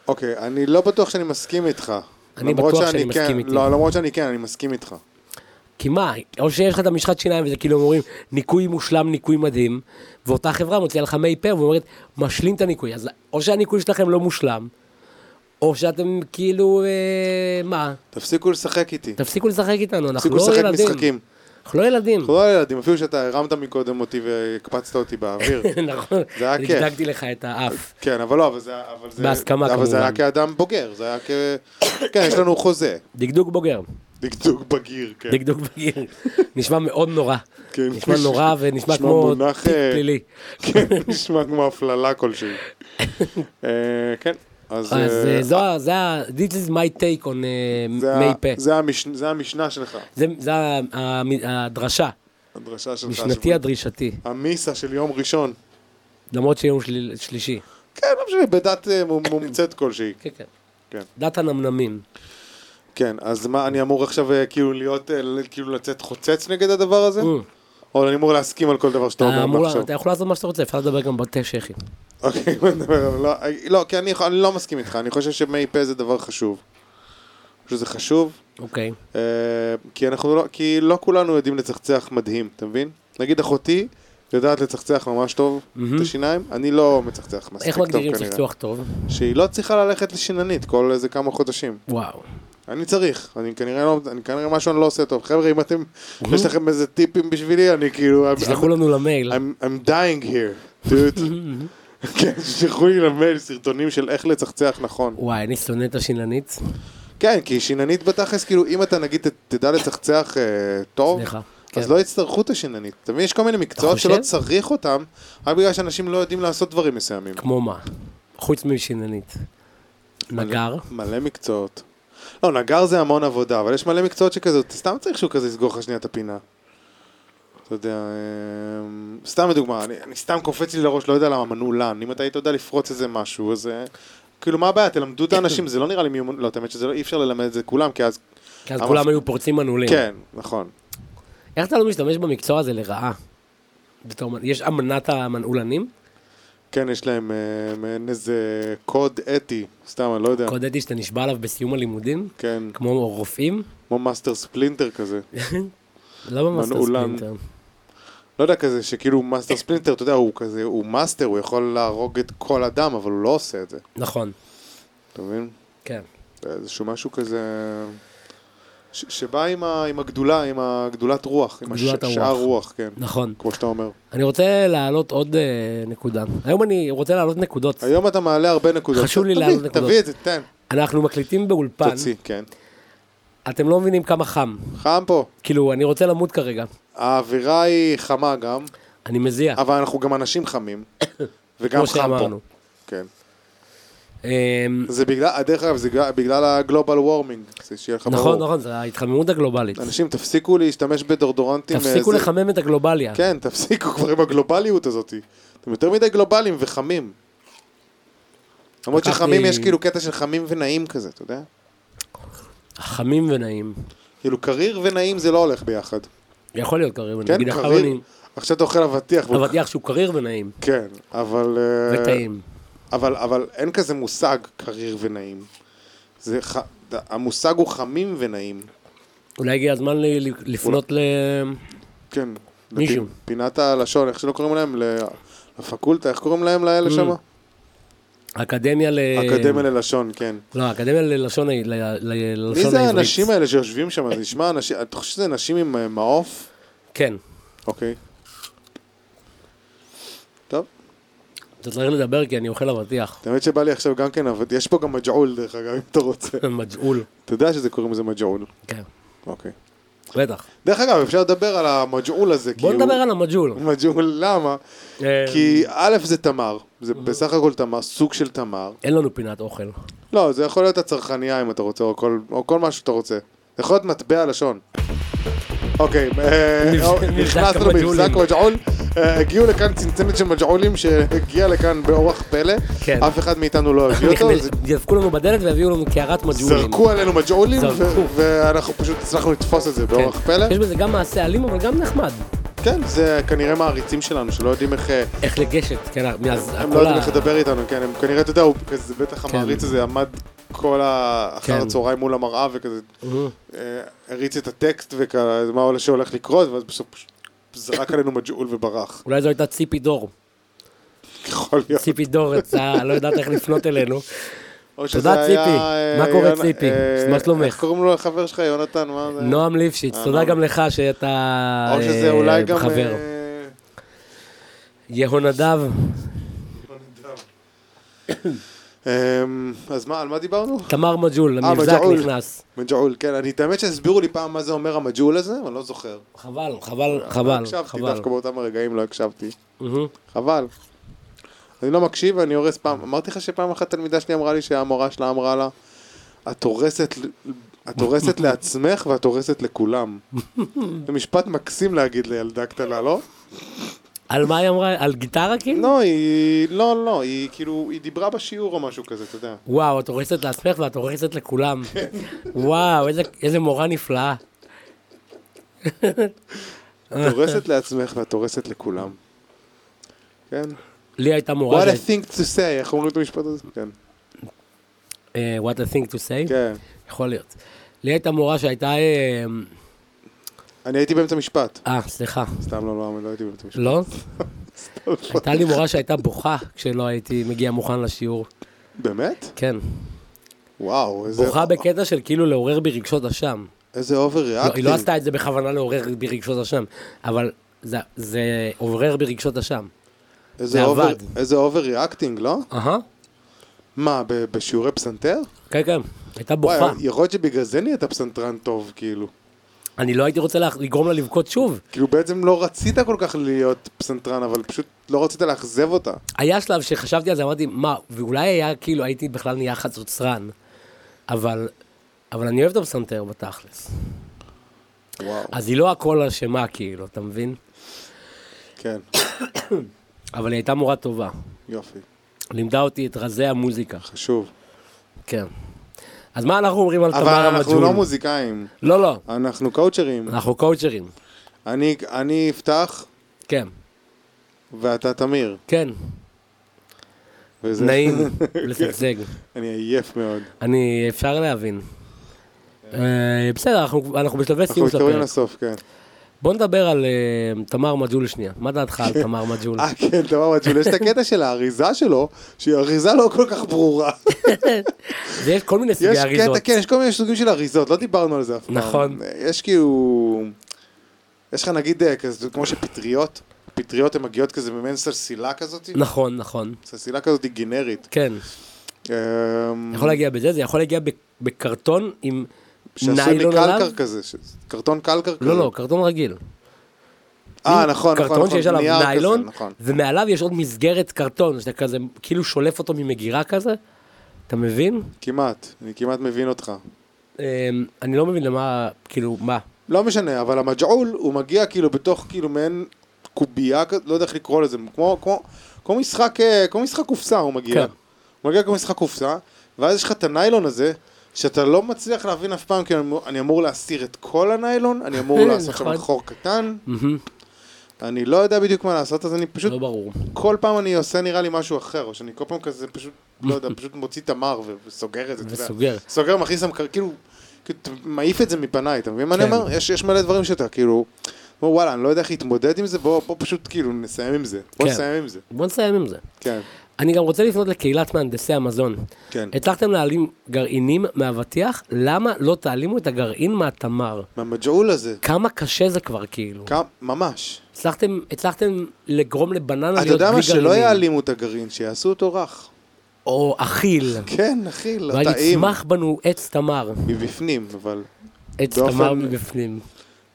S1: אוקיי, אני לא בטוח שאני מסכים איתך.
S2: אני
S1: למרות
S2: בטוח שאני
S1: כן-
S2: מסכים איתי.
S1: לא, למרות שאני כן, אני מסכים איתך.
S2: כי מה, או שיש לך את המשחת שיניים וזה כאילו הם אומרים, ניקוי מושלם, ניקוי מדהים, ואותה חברה מוציאה לך מי פה ואומרת, משלים את הניקוי. אז או שהניקוי שלכם לא מושלם, או שאתם כאילו, אה, מה,
S1: תפסיקו לשחק איתי.
S2: תפסיקו לשחק איתנו, אנחנו
S1: תפסיקו
S2: לא
S1: לשחק
S2: ילדים.
S1: משחקים.
S2: אנחנו לא ילדים.
S1: אנחנו לא ילדים, אפילו שאתה הרמת מקודם אותי והקפצת אותי
S2: [LAUGHS]
S1: באוויר.
S2: [LAUGHS] נכון,
S1: זה היה כיף.
S2: דגדגתי לך את האף.
S1: כן, אבל לא, אבל זה... אבל זה-
S2: בהסכמה,
S1: אבל זה היה
S2: כמובן.
S1: כאדם בוגר, זה היה כ... כן, יש לנו חוזה.
S2: דגדוג בוגר.
S1: דקדוק בגיר, כן.
S2: דקדוק בגיר. נשמע מאוד נורא.
S1: כן.
S2: נשמע נורא ונשמע
S1: נשמע
S2: כמו
S1: מונח,
S2: תיק
S1: אה,
S2: פלילי.
S1: [LAUGHS] כן, נשמע כמו הפללה
S2: [LAUGHS]
S1: כלשהי. אה, כן, אז...
S2: אז
S1: אה,
S2: אה, זו ה- זה ה... This is my take on אה,
S1: זה ה-
S2: מי פה.
S1: זה המש- זה המשנה שלך,
S2: זה- זה ה- המ- הדרשה.
S1: הדרשה שלך.
S2: משנתי הדרישתי.
S1: המיסה של יום ראשון.
S2: למרות שיום של- שלישי.
S1: כן, לא משנה, בדת אה, מום- מומצאת כלשהי.
S2: כן, כן.
S1: כן.
S2: דת הנמנמים.
S1: כן, אז מה, אני אמור עכשיו אה, כאילו להיות, אה, ל- כאילו לצאת חוצץ נגד הדבר הזה?
S2: Mm.
S1: או אני אמור להסכים על כל דבר שאתה
S2: אתה
S1: אומר
S2: אה, אמור-
S1: מה עכשיו?
S2: אתה יכול לעשות מה שאתה רוצה, אפשר לדבר גם בתי שכי.
S1: אוקיי, [LAUGHS] בוא נדבר, אבל לא, אה, לא, כי אני אני לא מסכים איתך, אני חושב שמי פה זה דבר חשוב. שזה חשוב,
S2: אוקיי.
S1: אה, כי אנחנו לא, כי לא כולנו יודעים לצחצח מדהים, אתה מבין? נגיד אחותי יודעת לצחצח ממש טוב את השיניים, אני לא מצחצח מספיק טוב
S2: איך
S1: כנראה.
S2: מגדירים צחצוח טוב?
S1: שהיא לא צריכה ללכת לשיננית כל איזה כמה חודשים.
S2: וואו.
S1: אני צריך, אני כנראה לא, אני כנראה משהו אני לא עושה טוב. חבר'ה, אם אתם, יש לכם איזה טיפים בשבילי, אני כאילו, I'm-
S2: תשלחו לנו למייל.
S1: I'm, I'm dying here, dude. כן, תשלחו לי למייל סרטונים של איך לצחצח נכון.
S2: וואי, אני שונא את השיננית.
S1: כן, כי שיננית בתכלס, כאילו, אם אתה נגיד ת- תדע לצחצח אה, טוב,
S2: סליחה. כן.
S1: אז לא יצטרכו את השיננית. אתה מבין, יש כל מיני מקצועות
S2: חושב?
S1: שלא צריך אותם, רק בגלל שאנשים לא יודעים לעשות דברים מסוימים.
S2: כמו מה? חוץ משיננית. נגר?
S1: מלא מקצועות. לא, נגר זה המון עבודה, אבל יש מלא מקצועות שכזה, אתה סתם צריך שהוא כזה יסגור לך שנייה את הפינה. אתה יודע, אמ, סתם לדוגמה, אני, אני סתם קופץ לי לראש, לא יודע למה, מנעולן. אם אתה היית יודע לפרוץ איזה משהו, אז... אה, כאילו, מה הבעיה? תלמדו את האנשים, זה לא נראה לי מיומנות, לא, את האמת שזה לא, אי אפשר ללמד את זה כולם, כי אז...
S2: כי אז
S1: המפ-
S2: כולם היו פורצים מנעולים.
S1: כן, נכון.
S2: איך אתה לא משתמש במקצוע הזה לרעה? בתור... מנ- יש אמנת המנעולנים?
S1: כן, יש להם אה, מעין איזה קוד אתי, סתם, אני לא יודע.
S2: קוד אתי שאתה נשבע עליו בסיום הלימודים?
S1: כן,
S2: כמו רופאים?
S1: כמו מאסטר ספלינטר כזה.
S2: למה מאסטר
S1: מנעולן.
S2: ספלינטר?
S1: לא יודע, כזה שכאילו מאסטר ספלינטר, אתה יודע, הוא כזה, הוא מאסטר, הוא יכול להרוג את כל אדם, אבל הוא לא עושה את זה,
S2: נכון,
S1: אתה מבין?
S2: כן.
S1: זה איזשהו משהו כזה... ש- שבא עם, ה... עם הגדולה, עם הגדולת רוח, עם
S2: גדולת הרוח.
S1: שער רוח, כן,
S2: נכון.
S1: כמו שאתה אומר.
S2: אני רוצה להעלות עוד אה, נקודה. היום אני רוצה להעלות נקודות.
S1: היום אתה מעלה הרבה נקודות.
S2: חשוב לי
S1: תביא,
S2: להעלות נקודות.
S1: תביא את זה, תן,
S2: אנחנו מקליטים באולפן,
S1: תוציא, כן.
S2: אתם לא מבינים כמה חם.
S1: חם פה,
S2: כאילו, אני רוצה למות כרגע.
S1: האווירה היא חמה
S2: [COUGHS]
S1: גם,
S2: אני מזיע,
S1: אבל אנחנו גם אנשים
S2: [COUGHS]
S1: חמים, וגם
S2: כמו
S1: אה, חם פה.
S2: שאמרנו.
S1: כן.
S2: אמ,
S1: זה בגלל, דרך אגב, זה בגלל- בגלל הגלובל וורמינג, שיהיה לך ברור.
S2: נכון, נכון, זה ההתחממות הגלובלית.
S1: אנשים, תפסיקו להשתמש בדורדורנטים.
S2: תפסיקו
S1: אה, זה-
S2: לחמם את הגלובליה.
S1: כן, תפסיקו כבר עם הגלובליות הזאת. אתם יותר מדי גלובליים וחמים. למרות
S2: לקחתי-
S1: שחמים יש כאילו קטע של חמים ונעים כזה, אתה יודע?
S2: חמים ונעים.
S1: כאילו קריר ונעים זה לא הולך ביחד.
S2: יכול להיות קריר,
S1: כן,
S2: נגיד עכשיו
S1: קריר.
S2: אני...
S1: עכשיו אתה אוכל אבטיח. והוא-
S2: אבטיח שהוא קריר ונעים.
S1: כן, אבל... אה,
S2: וטעים.
S1: אבל, אבל אין כזה מושג קריר ונעים. זה ח... המושג הוא חמים ונעים.
S2: אולי הגיע הזמן ל- ל- לפנות ל...
S1: כן.
S2: מישהו.
S1: לפי- פינת הלשון, איך שלא קוראים להם? ל- לפקולטה, איך קוראים להם לאלה
S2: Mm.
S1: שם?
S2: אקדמיה ל...
S1: אקדמיה ללשון, כן.
S2: לא, אקדמיה ללשון ה- ל- ל- ללשון העברית.
S1: מי זה האנשים האלה שיושבים שם? זה נשמע אנשים, אתה חושב שזה נשים עם אה, מעוף?
S2: כן.
S1: אוקיי.
S2: אתה צריך לדבר כי אני אוכל אבטיח. [LAUGHS]
S1: האמת שבא לי עכשיו גם כן, אבל יש פה גם מג'עול דרך אגב, אם אתה רוצה.
S2: מג'עול.
S1: אתה יודע שזה קוראים לזה מג'עול.
S2: כן,
S1: אוקיי.
S2: בטח.
S1: דרך אגב, אפשר לדבר על המג'עול הזה,
S2: בוא נדבר על המג'עול.
S1: מג'עול, למה?
S2: אה,
S1: כי א' זה תמר, זה בסך הכל תמר, סוג של תמר.
S2: אין לנו פינת אוכל.
S1: לא, זה יכול להיות הצרכנייה אם אתה רוצה, או כל, או כל מה שאתה רוצה. זה יכול להיות מטבע לשון. אוקיי, אה,
S2: מבזק-
S1: או-
S2: מבזק
S1: נכנסנו
S2: המג'עולים.
S1: למבזק מג'עול. אה, הגיעו לכאן צנצנת של מג'עולים שהגיעה לכאן באורח פלא.
S2: כן.
S1: אף אחד מאיתנו לא הביא
S2: [LAUGHS]
S1: אותו. זה-
S2: דפקו לנו בדלת והביאו לנו קערת מג'עולים.
S1: זרקו עלינו מג'עולים, ו-
S2: זרקו.
S1: ואנחנו פשוט הצלחנו לתפוס את זה
S2: כן.
S1: באורח לא, פלא.
S2: יש בזה גם מעשה אלים, אבל גם נחמד.
S1: כן, זה כנראה מעריצים שלנו, שלא יודעים איך... אה,
S2: איך לגשת, כן, מאז
S1: הם
S2: הכל
S1: לא יודעים
S2: ה-
S1: איך לדבר איתנו, כן, הם כנראה, אתה יודע, הוא כזה, בטח המעריץ הזה עמד כל ה- אחר
S2: כן.
S1: הצהריים מול המראה וכזה,
S2: אה,
S1: אה, הריץ את הטקסט ומה עולה שהולך לקרות, ואז בסוף פשוט זרק עלינו מג'עול וברח, [LAUGHS]
S2: אולי זו הייתה ציפי דור.
S1: ככל להיות.
S2: ציפי דור יצאה, לא יודעת איך לפנות אלינו.
S1: [LAUGHS] או
S2: תודה,
S1: שזה
S2: ציפי.
S1: אה,
S2: מה קורה,
S1: יונה-
S2: ציפי?
S1: אה,
S2: מה שלומך?
S1: איך קוראים לו לחבר שלך, יונתן? מה זה?
S2: נועם ליפשיץ,
S1: אה,
S2: תודה
S1: נועם.
S2: גם לך שאתה
S1: או שזה
S2: אה,
S1: אולי גם...
S2: חבר.
S1: אה,
S2: יהונדב,
S1: אמ, אז מה, על מה דיברנו?
S2: תמר מג'ול,
S1: אה,
S2: המבזק
S1: מג'עול.
S2: נכנס.
S1: מג'עול, כן, אני, את האמת שהסבירו לי פעם מה זה אומר המג'עול הזה, אבל אני לא זוכר.
S2: חבל, חבל,
S1: לא
S2: חבל,
S1: הקשבתי,
S2: חבל.
S1: דווקא באותם הרגעים לא הקשבתי.
S2: מהמם.
S1: חבל. אני לא מקשיב, אני הורס פעם. אמרתי לך שפעם אחת תלמידה שלי אמרה לי שהמורה שלה אמרה לה, את הורסת, ל- את הורסת לעצמך ואת הורסת לכולם. זה משפט מקסים להגיד לילדה קטנה, לא?
S2: על מה היא אמרה? על גיטרה כאילו?
S1: לא, היא... לא, לא, היא כאילו, היא דיברה בשיעור או משהו כזה, אתה יודע.
S2: וואו, את הורסת לעצמך ואת הורסת לכולם.
S1: כן.
S2: וואו, איזה- איזה מורה נפלאה. אה.
S1: את הורסת לעצמך ואת הורסת לכולם. כן?
S2: לי הייתה מורה...
S1: What
S2: ש-
S1: a thing to say, איך אומרים את המשפט הזה? כן.
S2: אה, What a thing to say?
S1: כן.
S2: יכול להיות. לי הייתה מורה שהייתה... אה,
S1: אני הייתי באמצע משפט.
S2: אה, סליחה.
S1: סתם לא, לא, לא הייתי באמצע משפט.
S2: לא? הייתה לי מורה שהייתה בוכה כשלא הייתי מגיע מוכן לשיעור.
S1: באמת?
S2: כן.
S1: וואו, איזה...
S2: בוכה בקטע של כאילו לעורר בי רגשות אשם.
S1: איזה אובר
S2: לא,
S1: ריאקטים.
S2: היא לא עשתה את זה בכוונה לעורר בי רגשות אשם, אבל זה- זה עורר בי רגשות אשם. זה עבד.
S1: איזה אובר ריאקטינג, לא?
S2: אהה,
S1: מה, ב- בשיעורי פסנתר?
S2: כן, כן. הייתה בוכה.
S1: וואי, יכול להיות שבגלל זה נהיית פסנתרן טוב, כאילו.
S2: אני לא הייתי רוצה לה- לגרום לה לבכות שוב.
S1: כאילו בעצם לא רצית כל כך להיות פסנתרן, אבל פשוט לא רצית לאכזב אותה.
S2: היה שלב שחשבתי על זה, אמרתי, מה, ואולי היה כאילו הייתי בכלל נהיה חצוצרן, אבל, אבל אני אוהב את הפסנתר בתכלס.
S1: וואו,
S2: אז היא לא הכל אשמה, כאילו, אתה מבין?
S1: כן,
S2: אבל היא הייתה מורה טובה.
S1: יופי,
S2: לימדה אותי את רזי המוזיקה.
S1: חשוב.
S2: כן. אז מה אנחנו אומרים על אה. תמר
S1: אבל אנחנו
S2: המג'ול?
S1: לא מוזיקאים,
S2: לא, לא,
S1: אנחנו קואוצ'רים.
S2: אנחנו קואוצ'רים.
S1: אני- אני אפתח
S2: כן,
S1: ואתה תמיר.
S2: כן,
S1: וזה- [LAUGHS]
S2: נעים
S1: כן.
S2: לזגזג.
S1: אני עייף מאוד.
S2: אני, אפשר להבין. אה, בסדר, אנחנו- אנחנו בשלבי
S1: אנחנו
S2: סיום של
S1: מתקרבים
S2: הפרק.
S1: לסוף, כן.
S2: בוא נדבר על אה, תמר מג'ול שנייה. מה דעתך על תמר
S1: [LAUGHS]
S2: מג'ול?
S1: אה, כן, תמר מג'ול, יש את הקטע של האריזה שלו, שהיא אריזה לא כל כך
S2: [LAUGHS]
S1: ברורה.
S2: ויש כל מיני
S1: יש
S2: סוגי אריזות.
S1: קטע, כן, יש כל מיני סוגים של אריזות, לא דיברנו על זה אף פעם.
S2: נכון.
S1: יש כאילו... יש לך נגיד אה, כזה, כמו שפטריות, פטריות הן מגיעות כזה במעין סלסילה כזאת,
S2: נכון, נכון.
S1: סלסילה כזאת היא גנרית.
S2: כן,
S1: אמ,
S2: יכול להגיע בזה, זה יכול להגיע ב- בקרטון עם
S1: שעשוי
S2: ניילון עליו.
S1: מקלקר כזה, ש- קרטון קלקר כזה.
S2: לא, לא, קרטון רגיל.
S1: אה, נכון,
S2: מין
S1: נכון, נכון.
S2: קרטון שיש עליו
S1: נייר כזה,
S2: ניילון,
S1: נכון.
S2: ומעליו יש עוד מסגרת קרטון, שאתה כזה, כאילו שולף אותו ממגירה כזה, אתה מבין?
S1: כמעט, אני כמעט מבין אותך.
S2: אמ, אני לא מבין למה, כאילו, מה?
S1: לא משנה, אבל המג'עול, הוא מגיע כאילו בתוך כאילו מעין קובייה, כזאת, לא יודע איך לקרוא לזה, כמו, כמו, כמו משחק, אה, כמו משחק קופסה הוא מגיע.
S2: כן.
S1: הוא מגיע כמו משחק קופסה, ואז יש לך את הניילון הזה, שאתה לא מצליח להבין אף פעם, כי אני אמור- אני אמור להסיר את כל הניילון, אני
S2: [LAUGHS]
S1: אמור לעשות שם
S2: נכון. Mm.
S1: חור קטן,
S2: מהמם,
S1: אני לא יודע בדיוק מה לעשות, אז אני פשוט,
S2: לא ברור.
S1: כל פעם אני עושה נראה לי משהו אחר, או שאני כל פעם כזה פשוט, לא יודע, פשוט מוציא תמר ו- וסוגר את זה, אתה יודע.
S2: וסוגר.
S1: סוגר, מכניס למקר... כאילו, כאילו, אתה מעיף את זה מפניי, אתה מבין מה אני
S2: כן.
S1: אומר? יש, יש מלא דברים שאתה, כאילו, אומר, וואלה, אני לא יודע איך להתמודד עם זה, בוא, בוא פשוט כאילו נסיים עם זה. בוא
S2: כן.
S1: נסיים עם זה.
S2: בוא נסיים עם זה.
S1: כן.
S2: אני גם רוצה לפנות לקהילת מהנדסי המזון.
S1: כן.
S2: הצלחתם להעלים גרעינים מהאבטיח, למה לא תעלימו את הגרעין מהתמר?
S1: מהמג'עול הזה.
S2: כמה קשה זה כבר, כאילו.
S1: כמה- ממש.
S2: הצלחתם, הצלחתם לגרום לבננה להיות
S1: אתה
S2: בלי גרעינים.
S1: יודע מה? שלא יעלימו את הגרעין, שיעשו אותו רך.
S2: או אכיל.
S1: כן, אחי, לא טעים.
S2: ויצמח בנו עץ תמר.
S1: מבפנים, אבל
S2: עץ
S1: באופן-
S2: תמר מבפנים.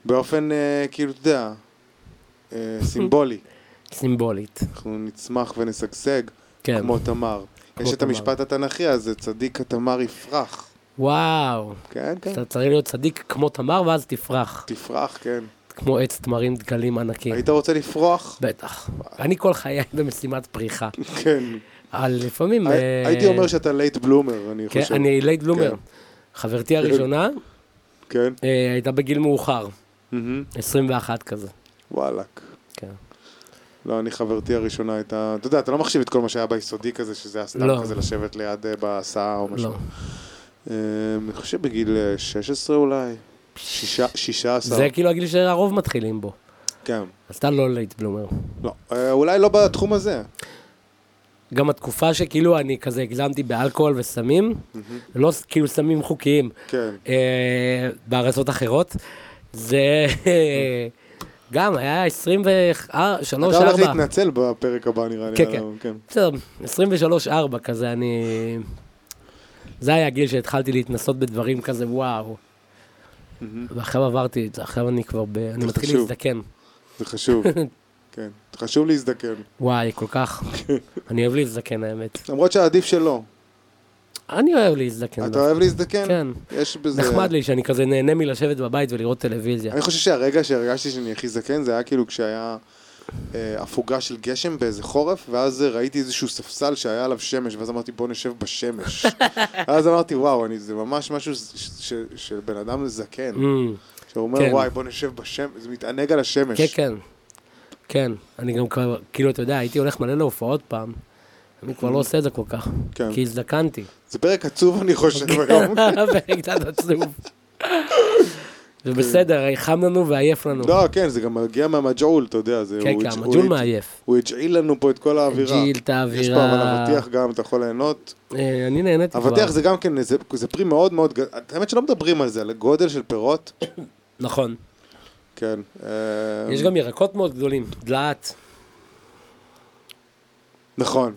S1: באופן, אה, כאילו, אתה יודע,
S2: [LAUGHS]
S1: אה, סימבולי.
S2: סימבולית.
S1: אנחנו נצמח ונשגשג,
S2: כן.
S1: כמו תמר.
S2: כמו
S1: יש את
S2: תמר.
S1: המשפט התנ"כי הזה, צדיק התמר יפרח.
S2: וואו.
S1: כן, כן.
S2: אתה צריך להיות צדיק כמו תמר ואז תפרח.
S1: תפרח, כן.
S2: כמו עץ תמרים דקלים ענקים.
S1: היית רוצה לפרוח?
S2: בטח. אני כל חיי במשימת פריחה.
S1: כן.
S2: אבל לפעמים... אה,
S1: הי- הייתי אומר שאתה לייט בלומר, אני
S2: כן,
S1: חושב.
S2: אני לייט בלומר.
S1: כן.
S2: חברתי הראשונה
S1: כן.
S2: אה, הייתה בגיל מאוחר, 21 כזה.
S1: וואלאק.
S2: כן.
S1: לא, אני חברתי הראשונה הייתה... אתה יודע, אתה לא מחשיב את כל מה שהיה ביסודי כזה, שזה היה סתם
S2: לא.
S1: כזה לשבת ליד אה, בהסעה או משהו.
S2: לא.
S1: אה, אני חושב בגיל אה, 16 אולי. שישה- 16.
S2: זה כאילו הגיל שהרוב מתחילים בו.
S1: כן.
S2: אז אתה לא לייט בלומר.
S1: לא, אה, אולי לא בתחום הזה.
S2: גם התקופה שכאילו אני כזה הגזמתי באלכוהול וסמים, לא ס- כאילו סמים חוקיים,
S1: כן.
S2: אה, בארצות אחרות, זה גם היה אה, 23,
S1: אתה לא
S2: 4,
S1: הולך להתנצל בפרק הבא, נראה לי.
S2: לא, כן, כן.
S1: אה, כן.
S2: בסדר, 23, 4 כזה, אני... זה היה הגיל שהתחלתי להתנסות בדברים כזה, וואו. ועכשיו עברתי את זה, עכשיו אני כבר ב... אני מתחיל
S1: חשוב.
S2: להזדקן.
S1: זה
S2: [LAUGHS]
S1: חשוב. כן. חשוב להזדקן.
S2: וואי, כל
S1: [LAUGHS]
S2: כך. אני אוהב להזדקן, האמת.
S1: למרות שעדיף שלא.
S2: אני אוהב להזדקן.
S1: אתה אוהב להזדקן?
S2: כן.
S1: יש בזה...
S2: נחמד לי שאני כזה נהנה מלשבת בבית ולראות טלוויזיה.
S1: אני חושב שהרגע שהרגשתי שאני הכי זקן זה היה כאילו כשהיה אה, הפוגה של גשם באיזה חורף, ואז אה, ראיתי איזשהו ספסל שהיה עליו שמש, ואז אמרתי בוא נשב
S2: [LAUGHS]
S1: בשמש. אז אמרתי וואו, אני, זה ממש משהו ש- ש- של בן אדם זקן,
S2: Mm,
S1: שאומר
S2: כן.
S1: וואי בוא נשב בשמש, זה מתענג על השמש.
S2: כן, כן. כן, אני גם כבר, כאילו, אתה יודע, הייתי הולך מלא להופעות פעם. אני כבר לא עושה את זה כל כך.
S1: כן.
S2: כי הזדקנתי.
S1: [LAUGHS] זה פרק עצוב אני
S2: כן.
S1: חושב
S2: [LAUGHS]
S1: היום.
S2: פרק קצת
S1: [LAUGHS]
S2: עצוב. זה בסדר, חם לנו ועייף לנו.
S1: כן. לא, כן, זה גם מגיע מהמג'עול, אתה יודע, זה...
S2: כן,
S1: הוא
S2: כן,
S1: הג'-
S2: המג'ול
S1: הוא הג-
S2: מעייף.
S1: הוא הג'עיל לנו פה את כל האווירה.
S2: הג'עיל את
S1: יש פה אבל
S2: האווירה.
S1: אבטיח גם, אתה יכול ליהנות.
S2: אה, אני נהניתי כבר.
S1: אבטיח זה גם כן, זה, זה פרי מאוד מאוד, ג- האמת שלא מדברים על זה, על גודל של פירות,
S2: נכון.
S1: כן. אה,
S2: יש גם ירקות מאוד גדולים. דלעת. [LAUGHS]
S1: נכון.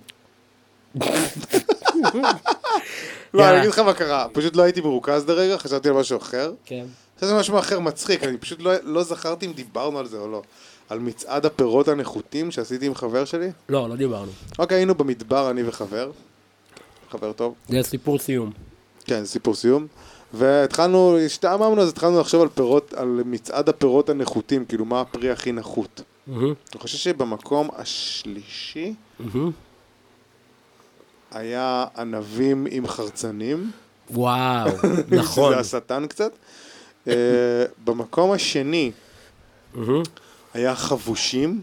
S1: לא,
S2: יאללה.
S1: אני אגיד לך מה קרה, פשוט לא הייתי מרוכז לרגע, חשבתי על משהו אחר.
S2: כן.
S1: חשבתי על משהו אחר מצחיק, אני פשוט לא, לא זכרתי אם דיברנו על זה או לא. על מצעד הפירות הנחותים שעשיתי עם חבר שלי.
S2: לא, לא דיברנו.
S1: אוקיי, היינו במדבר, אני וחבר. חבר טוב.
S2: זה סיפור סיום.
S1: כן, סיפור סיום. והתחלנו, השתעממנו, אז התחלנו לחשוב על פירות, על מצעד הפירות הנחותים, כאילו מה הפרי הכי נחות.
S2: מהמם,
S1: אני חושב שבמקום השלישי
S2: מהמם.
S1: היה ענבים עם חרצנים. [LAUGHS]
S2: וואו, נכון.
S1: שזה השטן קצת. אה, במקום השני
S2: מהמם.
S1: היה חבושים.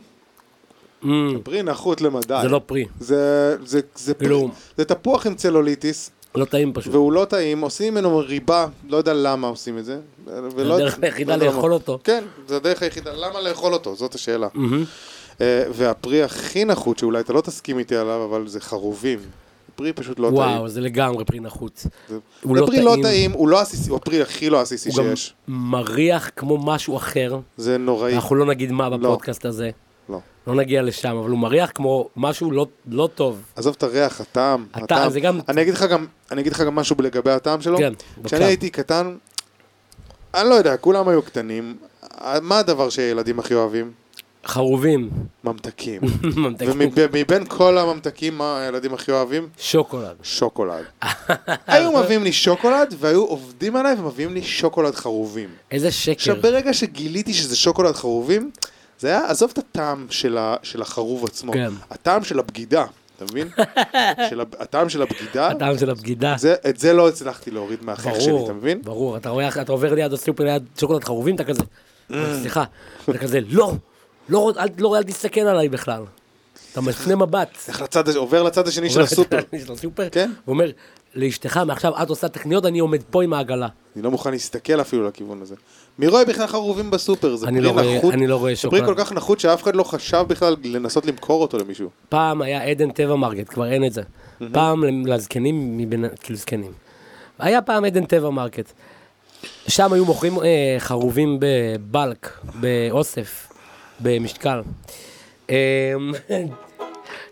S2: מ,
S1: פרי נחות למדי.
S2: זה לא פרי,
S1: זה, זה, זה, פרי,
S2: כאילו-
S1: זה תפוח עם צלוליטיס,
S2: לא טעים פשוט.
S1: והוא לא טעים, עושים ממנו ריבה, לא יודע למה עושים את זה. ולא-
S2: הדרך היחידה
S1: לא יודע
S2: לאכול
S1: למה.
S2: אותו. Mm.
S1: כן, זה הדרך היחידה, למה לאכול אותו? זאת השאלה.
S2: מהמם.
S1: אה, והפרי הכי נחות, שאולי אתה לא תסכים איתי עליו, אבל זה חרובים. פרי פשוט לא טעים.
S2: וואו, זה לגמרי פרי נחות.
S1: זה-
S2: הוא לא
S1: הפרי לא
S2: טעים.
S1: טעים, הוא לא עסיסי, הוא הפרי הכי לא עסיסי
S2: הוא גם
S1: שיש.
S2: מריח כמו משהו אחר.
S1: זה נוראי.
S2: אנחנו לא נגיד מה בפודקאסט הזה.
S1: לא.
S2: לא נגיע לשם, אבל הוא מריח כמו משהו לא, לא טוב.
S1: עזוב את הריח, הטעם.
S2: הטעם,
S1: הטעם.
S2: זה גם-
S1: אני אגיד לך גם, אני אגיד לך גם משהו לגבי הטעם שלו.
S2: כן,
S1: כשאני
S2: בבקשה.
S1: הייתי קטן, אני לא יודע, כולם היו קטנים. מה הדבר שילדים הכי אוהבים?
S2: [LAUGHS]
S1: חרובים. ממתקים.
S2: ממתקים.
S1: ומבין כל הממתקים, מה הילדים הכי אוהבים?
S2: שוקולד. [LAUGHS]
S1: שוקולד. היו מביאים לי שוקולד, והיו עובדים עליי ומביאים לי שוקולד חרובים.
S2: איזה שקר.
S1: עכשיו, ברגע שגיליתי שזה שוקולד חרובים, זה היה, עזוב את הטעם של, ה, של החרוב עצמו,
S2: כן.
S1: הטעם של הבגידה, אתה
S2: [LAUGHS]
S1: מבין? של, הב- הטעם של הבגידה,
S2: הטעם של הבגידה.
S1: זה, את זה לא הצלחתי להוריד מהחייך שלי,
S2: ברור,
S1: אתה מבין?
S2: ברור, אתה רואה, אתה עובר ליד הסופר ליד שוקולד חרובים, אתה כזה,
S1: אה.
S2: סליחה, אתה כזה, לא, לא, רוצ- אל- לא, אל תסתכל עליי בכלל. אתה מפנה מבט.
S1: איך לצד, הש- עובר לצד
S2: [LAUGHS]
S1: השני של הסופר.
S2: של הסופר,
S1: כן.
S2: ואומר, לאשתך, מעכשיו את עושה את הקניות, אני עומד פה עם העגלה.
S1: אני לא מוכן להסתכל אפילו לכיוון הזה. מי רואה בכלל חרובים בסופר? זה
S2: אני
S1: פרי
S2: לא רואה-
S1: נחות-
S2: אני לא רואה
S1: זה פרי
S2: שוקולד.
S1: כל כך נחות שאף אחד לא חשב בכלל לנסות למכור אותו
S2: [LAUGHS]
S1: למישהו.
S2: פעם היה עדן טבע מרקט, כבר אין את זה. פעם לזקנים, מבין- כאילו זקנים. היה פעם עדן טבע מרקט. שם היו מוכרים אה, חרובים בבלק, באוסף, במשקל. אה,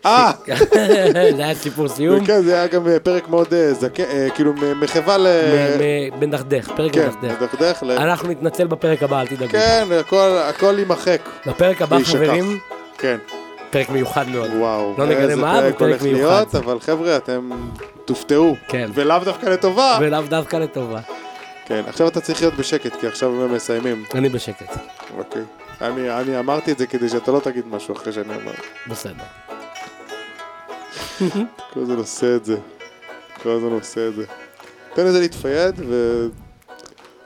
S1: אה!
S2: [LAUGHS] זה היה סיפור סיום.
S1: כן, זה היה גם אה, פרק מאוד אה, זקן, אה, כאילו מ- מחווה ל...
S2: מ- מ- בנדכדך, פרק
S1: אה, כן,
S2: בנדכדך.
S1: מדכדך ל...
S2: אנחנו נתנצל בפרק הבא, אל תדאגו.
S1: כן, הכל- הכל יימחק.
S2: בפרק הבא,
S1: להישכח.
S2: חברים,
S1: כן,
S2: פרק מיוחד מאוד.
S1: וואו.
S2: לא נגלה
S1: איזה
S2: מה, אבל
S1: פרק
S2: פרק
S1: הולך
S2: מיוחד.
S1: להיות, אבל חבר'ה, אתם תופתעו.
S2: כן.
S1: ולאו דווקא לטובה.
S2: ולאו דווקא לטובה.
S1: כן, עכשיו אתה צריך להיות בשקט, כי עכשיו הם מסיימים.
S2: אני בשקט.
S1: אוקיי. אני, אני אמרתי את זה כדי שאתה לא תגיד משהו אחרי שאני אומר.
S2: בסדר.
S1: כל הזמן עושה את זה. כל הזמן עושה את זה. תן לזה להתפייד,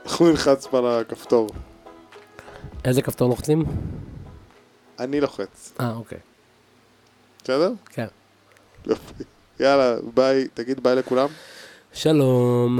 S1: ואנחנו נלחץ פה על הכפתור.
S2: איזה כפתור לוחצים?
S1: אני לוחץ.
S2: אה, אוקיי.
S1: בסדר?
S2: כן.
S1: יאללה, ביי. תגיד ביי לכולם.
S2: שלום.